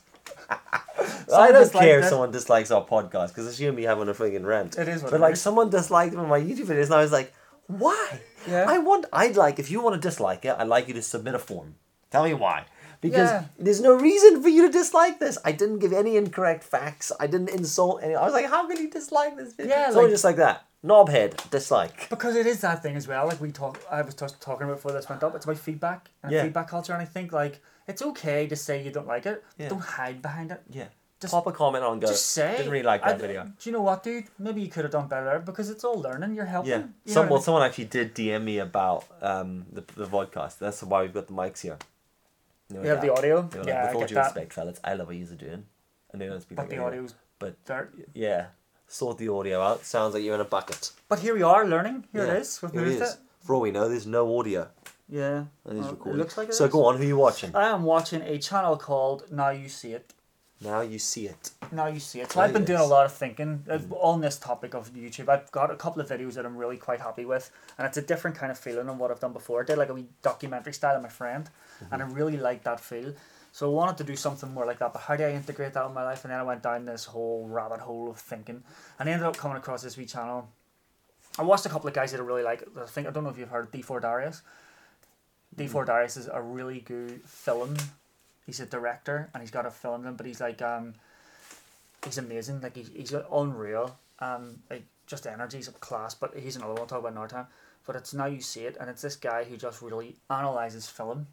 B: don't
A: disliked
B: care
A: it.
B: if someone dislikes our podcast because it's you and me having a friggin' rant.
A: It is what
B: But
A: it
B: like,
A: is.
B: someone disliked one of my YouTube videos, and I was like, why?
A: Yeah.
B: I want. I'd like if you want to dislike it, I'd like you to submit a form. Tell me why. Because
A: Yeah.
B: there's no reason for you to dislike this. I didn't give any incorrect facts. I didn't insult any. I was like, how can you dislike this video?
A: Yeah,
B: Someone
A: like-
B: just like that. Knobhead, dislike.
A: Because it is that thing as well. Like we talk, I was just talking about before this went up. It's about feedback and
B: Yeah.
A: feedback culture, and I think like it's okay to say you don't like it. but
B: Yeah.
A: Don't hide behind it.
B: Yeah.
A: Just-
B: pop a comment on go.
A: Just say.
B: Didn't really like that
A: I-
B: video.
A: Do you know what, dude? Maybe you could have done better because it's all learning. You're helping.
B: Yeah.
A: You
B: Some,
A: know
B: well,
A: what
B: someone actually did DM me about um, the, the vodcast. That's why we've got the mics here. You know,
A: You have
B: that-
A: the audio?
B: they were like,
A: Yeah, I
B: With all
A: get
B: due
A: that.
B: respect, fellas, I love what you're doing. I know you don't speak
A: but
B: like
A: the
B: anyone,
A: audio's
B: But
A: dirt.
B: yeah, sort the audio out. Sounds like you're in a bucket.
A: But here we are learning. Here it is. We've
B: Here
A: moved
B: is.
A: it.
B: For all we know, there's no audio.
A: Yeah.
B: And it's
A: Well,
B: recorded.
A: It looks like it
B: so
A: is.
B: go on, who are you watching?
A: I am watching a channel called Now You See It.
B: Now you see it.
A: Now you see it. So
B: There
A: I've been
B: it
A: doing a
B: is.
A: lot of thinking uh, on this topic of YouTube. I've got a couple of videos that I'm really quite happy with, and it's a different kind of feeling than what I've done before. I did like a wee documentary style of my friend, and I really liked that feel. So I wanted to do something more like that, but how do I integrate that in my life? And then I went down this whole rabbit hole of thinking, and I ended up coming across this wee channel. I watched a couple of guys that I really like. I think I don't know if you've heard of D4 Darius. D4 Darius is a really good film. He's a director and he's got a film them, but he's like um, he's amazing. Like he's, he's unreal. Um, like just energy, he's a class. But he's another one. I'll talk about another time. But it's now you see it, and it's this guy who just really analyzes film,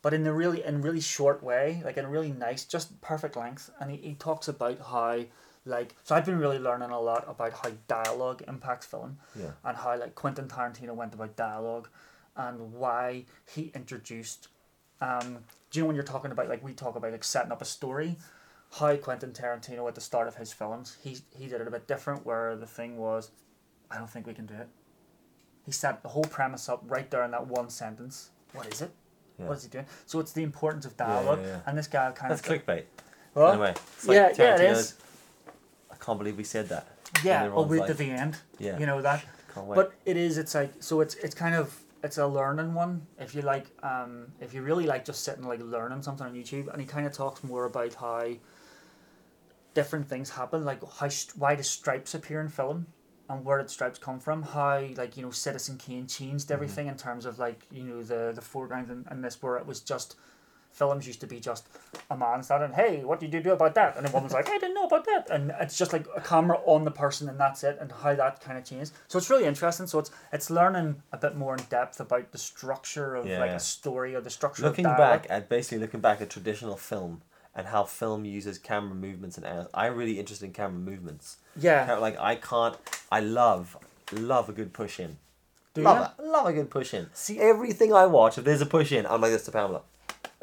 A: but in a really in really short way, like in a really nice, just perfect length. And he, he talks about how like so I've been really learning a lot about how dialogue impacts film
B: Yeah.
A: and how like Quentin Tarantino went about dialogue and why he introduced um do you know when you're talking about like we talk about like setting up a story how Quentin Tarantino at the start of his films he he did it a bit different where the thing was I don't think we can do it he set the whole premise up right there in that one sentence what is it
B: Yeah.
A: what is he doing so it's the importance of
B: yeah,
A: dialogue
B: yeah.
A: and this guy kind
B: That's
A: of
B: clickbait.
A: Well,
B: Anyway, it's
A: yeah,
B: like
A: yeah, it
B: Tarantino's,
A: is.
B: I can't believe we said that.
A: yeah
B: And
A: oh,
B: everyone's
A: we're at
B: like,
A: the end
B: Yeah.
A: you know that
B: Can't wait.
A: But it is. It's like so. It's it's kind of it's a learning one. If you like, um, if you really like just sitting like learning something on YouTube, and he kind of talks more about how different things happen, like how st- why do stripes appear in film, and where did stripes come from? How like you know Citizen Kane changed everything in terms of like you know the the foreground and, and this where it was just. Films used to be just a man standing, hey, what did you do about that? And a woman's like, I didn't know about that. And it's just like a camera on the person and that's it and how that kind of changed. So it's really interesting. So it's it's learning a bit more in depth about the structure of like
B: Yeah.
A: a story or the structure
B: looking
A: of dialogue.
B: back at basically looking back at traditional film and how film uses camera movements and angles. I'm really interested in camera movements.
A: Yeah.
B: Ca- Like I can't. I love love a good push in.
A: Do
B: love it. Love a good push in. See everything I watch. If there's a push in, I'm like this to Pamela.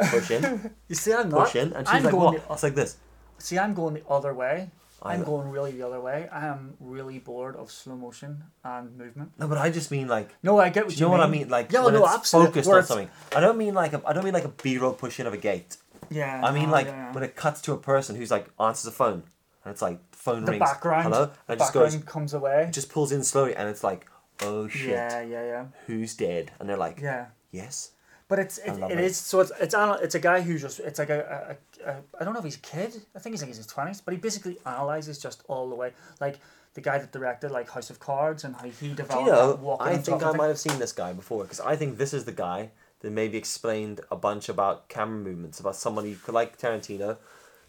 B: Push in,
A: You see, I'm not.
B: push in, and she's
A: I'm
B: like
A: going
B: what?
A: The,
B: It's like this.
A: see, I'm going the other way.
B: I
A: I'm
B: know.
A: going really the other way. I am really bored of slow motion and movement.
B: No, but I just mean like.
A: No, I get
B: Do
A: what you,
B: you know
A: mean.
B: what I mean? Like
A: yeah,
B: when
A: no,
B: it's
A: absolutely.
B: focused
A: Where
B: on
A: it's-
B: something. I don't mean like a, I don't mean like a B-roll push in of a gate.
A: Yeah.
B: I mean,
A: no,
B: like
A: yeah.
B: when it cuts to a person who's like answers a phone, and it's like phone
A: the
B: rings.
A: background.
B: Hello,
A: the
B: and it just
A: background
B: goes.
A: comes away.
B: It just pulls in slowly, and it's like, oh shit,
A: yeah, yeah, yeah,
B: who's dead? And they're like,
A: yeah.
B: yes.
A: But it's it,
B: love
A: it
B: it.
A: is so it's it's anal- it's a guy who just it's like a, a, a, a I don't know if he's a kid I think he's like he's in his twenties but he basically analyzes just all the way like the guy that directed like House of Cards and how he
B: Do
A: developed
B: you
A: that
B: know,
A: walking
B: I
A: and
B: think I
A: talking
B: might
A: thing.
B: have seen this guy before because I think this is the guy that maybe explained a bunch about camera movements about somebody like Tarantino,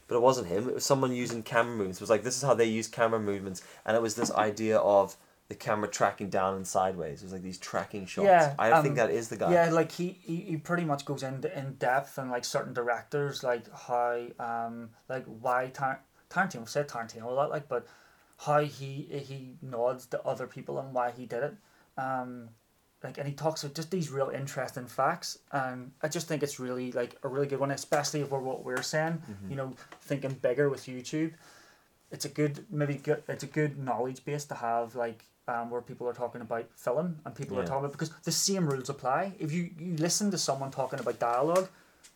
B: but it wasn't him. It was someone using camera movements. It was like this is how they use camera movements, and it was this idea of the camera tracking down and sideways. It was like these tracking shots.
A: Yeah,
B: I
A: um,
B: think that is the guy.
A: yeah like he, he he pretty much goes in in depth and like certain directors like how um like why Tar- Tarantino I've said Tarantino a lot like but how he he nods to other people and why he did it um like and he talks about just these real interesting facts and i just think it's really like a really good one especially for what we're saying
B: Mm-hmm.
A: you know thinking bigger with youtube it's a good maybe good it's a good knowledge base to have like um, where people are talking about film and people are
B: Yeah.
A: talking about because the same rules apply if you, you listen to someone talking about dialogue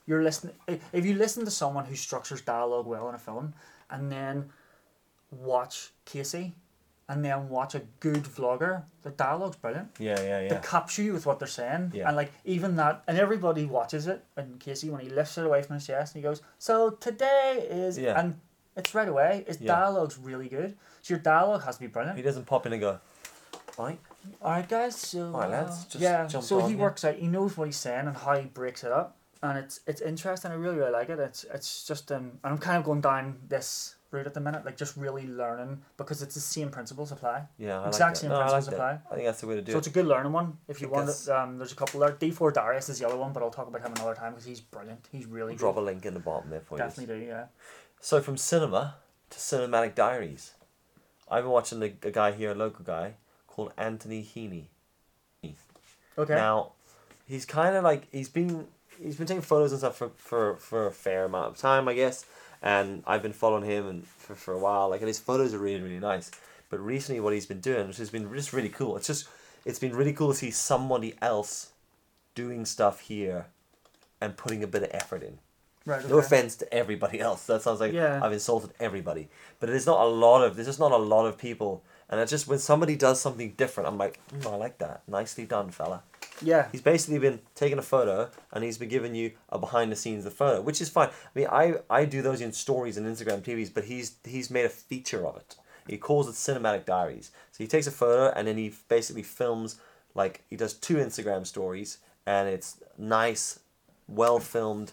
A: you're listening if you listen to someone who structures dialogue well in a film and then watch casey and then watch a good vlogger the dialogue's brilliant
B: yeah, yeah,
A: they capture you with what they're saying.
B: Yeah.
A: And like even that and everybody watches it and Casey when he lifts it away from his chest and he goes, So today is
B: Yeah.
A: and it's right away. His
B: Yeah.
A: dialogue's really good. So your dialogue has to be brilliant.
B: He doesn't pop in and go, right?
A: Alright guys, so
B: Alright, lads,
A: uh,
B: just
A: yeah.
B: jump
A: so
B: on
A: he
B: here.
A: works out he knows what he's saying and how he breaks it up. And it's it's interesting, I really, really like it. It's it's just um and I'm kind of going down this route at the minute, like just really learning because it's the same principles apply.
B: Yeah, I
A: Exact
B: like that.
A: same
B: No, I like
A: principles
B: that. I think that's the way to do
A: So
B: it.
A: it's a good learning one. If you want,
B: Because-
A: it, um, there's a couple there. D four Darius is the other one, but I'll talk about him another time because he's brilliant. He's really
B: We'll drop a
A: good.
B: link in the bottom there for you.
A: Definitely do, yeah.
B: So from cinema to cinematic diaries, I've been watching a, a guy here, a local guy called Anthony Heaney.
A: Okay.
B: Now, he's kind of like he's been he's been taking photos and stuff for, for, for a fair amount of time, I guess. And I've been following him and for, for a while. Like, and his photos are really really nice. But recently, what he's been doing, which has been just really cool, it's just it's been really cool to see somebody else doing stuff here and putting a bit of effort in.
A: right. Okay.
B: No offense to everybody else. That sounds like
A: Yeah.
B: I've insulted everybody. But there's not a lot of there's just not a lot of people. And it's just when somebody does something different, I'm like, mm, I like that. Nicely done, fella.
A: Yeah.
B: He's basically been taking a photo and he's been giving you a behind the scenes of the photo, which is fine. I mean, I, I do those in stories and Instagram TVs, but he's he's made a feature of it. He calls it cinematic diaries. So he takes a photo and then he basically films like he does two Instagram stories and it's nice, well filmed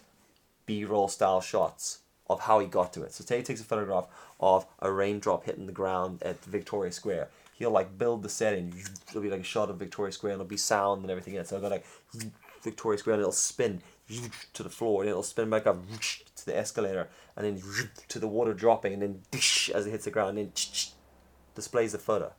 B: B-roll style shots of how he got to it. So say he takes a photograph of a raindrop hitting the ground at Victoria Square. He'll like build the setting. It'll be like a shot of Victoria Square and it'll be sound and everything else. So it'll go like Victoria Square and it'll spin to the floor and it'll spin back up to the escalator and then to the water dropping and then as it hits the ground and then displays the photo.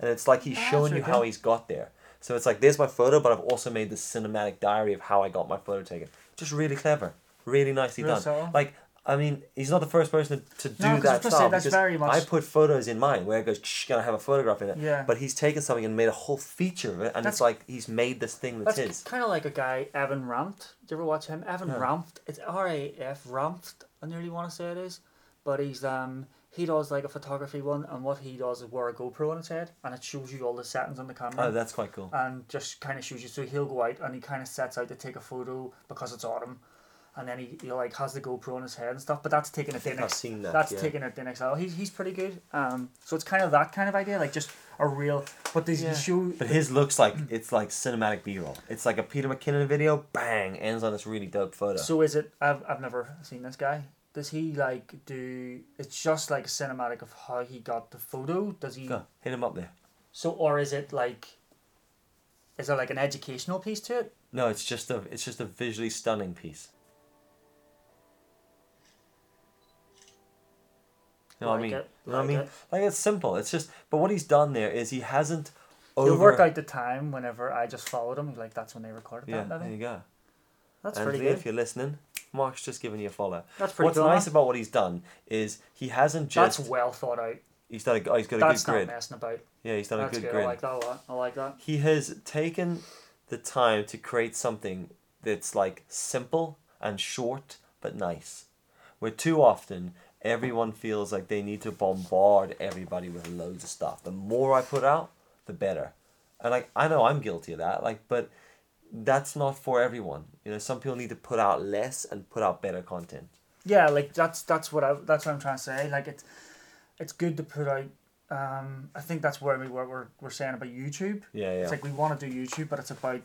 B: And it's like he's
A: Ah,
B: showing
A: sure,
B: you
A: yeah.
B: how he's got there. So it's like, there's my photo, but I've also made this cinematic diary of how I got my photo taken. Just really clever. Really nicely
A: Real
B: done.
A: subtle.
B: Like, I mean, he's not the first person to, to do
A: No, 'cause I was
B: that
A: gonna
B: style.
A: say, that's
B: because
A: very much-
B: I put photos in mine where it goes, Shh, gonna have a photograph in it.
A: Yeah.
B: But he's taken something and made a whole feature of it, and
A: That's-
B: it's like he's made this thing that's,
A: That's
B: his.
A: kind of like a guy Evan Rampt. Do you ever watch him? Evan Rampt. It's R A F Rampt. I nearly want to say it is, but he's um he does like a photography one, and what he does is wear a GoPro on his head, and it shows you all the settings on the camera.
B: Oh, that's quite cool.
A: and just kind of shows you. So he'll go out and he kind of sets out to take a photo because it's autumn, and then he, he like has the GoPro on his head and stuff. But that's taking it to the
B: think I've
A: next.
B: seen that,
A: That's
B: yeah.
A: taking it to the next level. He's he's pretty good. Um, so it's kind of that kind of idea, like just a real. But these
B: Yeah.
A: you show.
B: But his looks like it's like cinematic B roll. It's like a Peter McKinnon video, bang, ends on this really dope photo.
A: So is it? I've I've never seen this guy. Does he like do? It's just like cinematic of how he got the photo. Does he?
B: Go, hit him up there.
A: So or is it like? Is there like an educational piece to it?
B: No, it's just a it's just a visually stunning piece. You know what I
A: Like
B: mean?
A: it,
B: you know what I
A: like
B: mean?
A: it.
B: Like it's simple. It's just but what he's done there is he hasn't
A: you
B: over
A: He'll work out the time whenever I just followed him. Like that's when they recorded
B: Yeah,
A: that. I
B: there
A: think.
B: you go.
A: That's
B: and
A: pretty
B: Lee,
A: good.
B: if you're listening, Mark's just giving you a follow.
A: That's pretty
B: What's
A: cool,
B: nice
A: huh?
B: about what he's done is he hasn't just
A: That's well thought out.
B: he's done a, oh, he's got a
A: That's
B: good
A: not
B: grid.
A: messing about.
B: Yeah, he's done
A: That's
B: a good
A: good.
B: grid.
A: I like that a lot. I like that.
B: he has taken the time to create something that's like simple and short but nice. Where too often everyone feels like they need to bombard everybody with loads of stuff. The more I put out, the better. And like I know I'm guilty of that. Like, but that's not for everyone. You know, some people need to put out less and put out better content.
A: yeah like that's that's what i that's what i'm trying to say like it's it's good to put out um i think that's where we what we're, we're saying about youtube
B: Yeah, yeah.
A: it's like we want to do youtube but it's about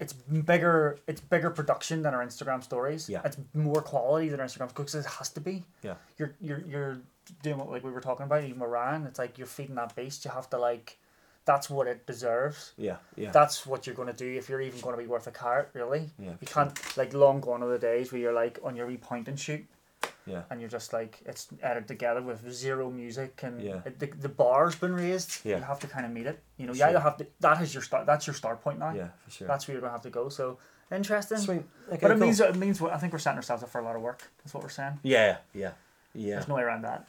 A: it's bigger it's bigger production than our instagram stories
B: Yeah.
A: it's more quality than our instagram because it has to be
B: Yeah.
A: you're you're you're doing what like we were talking about even with Ryan, it's like you're feeding that beast you have to like that's what it deserves
B: yeah, yeah.
A: that's what you're gonna do if you're even gonna be worth a carrot, really.
B: Yeah,
A: You can't like long gone are the days where you're like on your wee point and shoot,
B: yeah.
A: and you're just like it's edited together with zero music and
B: Yeah.
A: it, the, the bar's been raised.
B: Yeah.
A: You have to kind of meet it. You know, you
B: Sure.
A: either have to that is your start. That's your start point now.
B: Yeah, for sure.
A: That's where you're gonna have to go. So interesting.
B: Sweet. Okay,
A: but it
B: cool.
A: means it means what I think we're setting ourselves up for a lot of work. That's what we're saying.
B: Yeah, yeah. Yeah.
A: There's no way around that.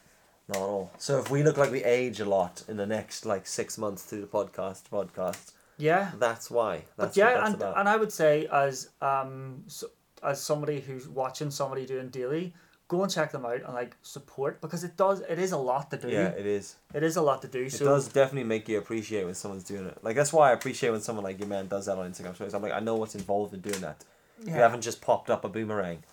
B: Not at all. So if we look like we age a lot in the next like six months through the podcast podcast,
A: Yeah.
B: that's why. That's
A: but yeah,
B: what that's
A: and,
B: about.
A: and I would say as um so, as somebody who's watching somebody doing daily, go and check them out and like support because it does it is a lot to do.
B: yeah, it is.
A: It is a lot to do.
B: It
A: So
B: does definitely make you appreciate when someone's doing it. Like that's why I appreciate when someone like your man does that on Instagram stories. I'm like, I know what's involved in doing that.
A: yeah,
B: You haven't just popped up a boomerang.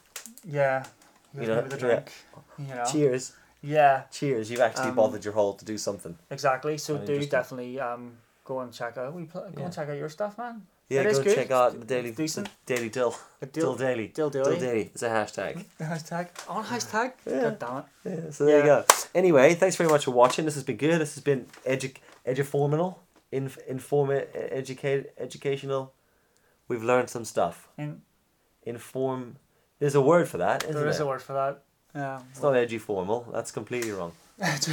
A: yeah. Here's
B: You know,
A: maybe the drink. You know.
B: Cheers,
A: Yeah,
B: cheers! You've actually
A: Um,
B: bothered your whole to do something.
A: exactly. So
B: Kinda
A: do
B: interesting.
A: definitely um go and check out we pl- go
B: Yeah.
A: and check out your stuff, man.
B: Yeah,
A: it
B: go
A: is
B: and
A: good.
B: check out the daily
A: decent.
B: the daily dill
A: A
B: dill
A: deal,
B: daily
A: deal,
B: dill
A: dilly.
B: daily. It's a hashtag.
A: Hashtag on hashtag.
B: Yeah.
A: God damn it.
B: Yeah, so there you
A: Yeah.
B: go. Anyway, thanks very much for watching. This has been good. This has been edu- eduforminal, inf- informa- educate, educational. We've learned some stuff.
A: And
B: Inform. There's a word for that, isn't
A: there is
B: there?
A: a word for that. Yeah.
B: It's not eduformal. That's completely wrong.
A: edgy,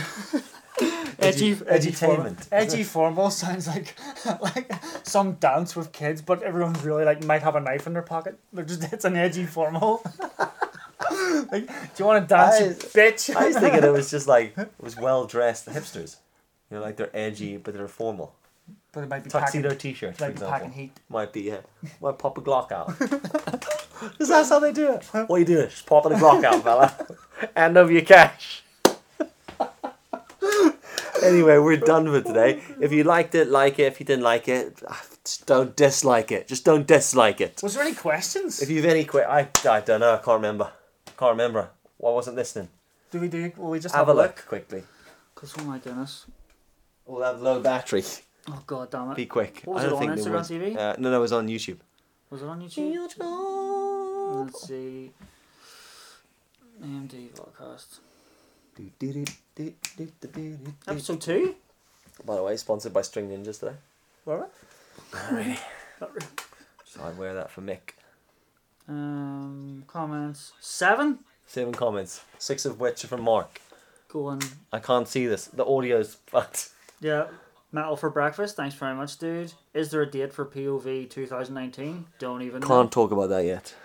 B: Edu-
A: edgy formal.
B: edutainment.
A: Edgy formal sounds like like some dance with kids, but everyone really like might have a knife in their pocket. They're just it's an edgy formal. like, do you want to dance, you
B: I-
A: bitch?
B: I was thinking it was just like it was well dressed hipsters. You know, like they're edgy but they're formal.
A: but it might be
B: Tuxedo
A: packing,
B: T-shirt, for
A: might be
B: example.
A: packing heat.
B: Might be yeah. Might pop a Glock out. Is that how they do it? What are you doing? Just popping a Glock out, fella. Hand over your cash. anyway, we're done for today. If you liked it, like it. If you didn't like it, ah, just don't dislike it. Just don't dislike it.
A: Was there any questions?
B: If you've any que- I I don't know. I can't remember. Can't remember. I wasn't listening.
A: do we do? Will we just
B: Have a look quickly.
A: Because oh my goodness,
B: We'll have low battery.
A: oh god damn it!
B: Be quick.
A: What was
B: I
A: it
B: don't
A: on
B: think there
A: Instagram
B: was-
A: TV?
B: Uh, no, no, it was on YouTube.
A: Was it on YouTube? Let's see. AMD podcast episode two.
B: By the way, sponsored by String Ninjas today.
A: Were it?
B: So I'd wear that for Mick.
A: Um, comments seven.
B: Seven comments, six of which are from Mark.
A: Go on.
B: I can't see this. The audio's fucked.
A: Yeah. Metal for breakfast. Thanks very much, dude. Is there a date for POV 2019? Don't even know.
B: Can't talk about that yet.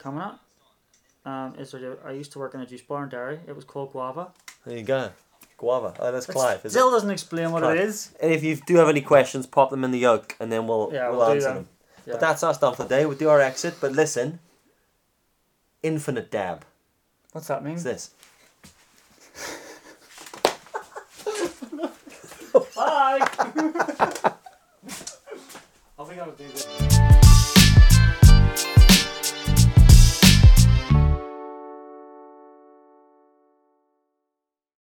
A: Coming up. Um, is there? a- I used to work in a juice bar in Derry. It was called Guava.
B: There you go. Guava. Oh, that's Clive. Is
A: Still
B: it?
A: doesn't explain what
B: Clive.
A: it is.
B: And if you do have any questions, pop them in the yoke, and then we'll
A: Yeah,
B: we'll,
A: we'll do
B: answer
A: them.
B: them.
A: Yeah.
B: But that's our stuff today. We'll do our exit. But listen, infinite dab.
A: What's that mean?
B: What's this?
A: Bye. I think I'll do this.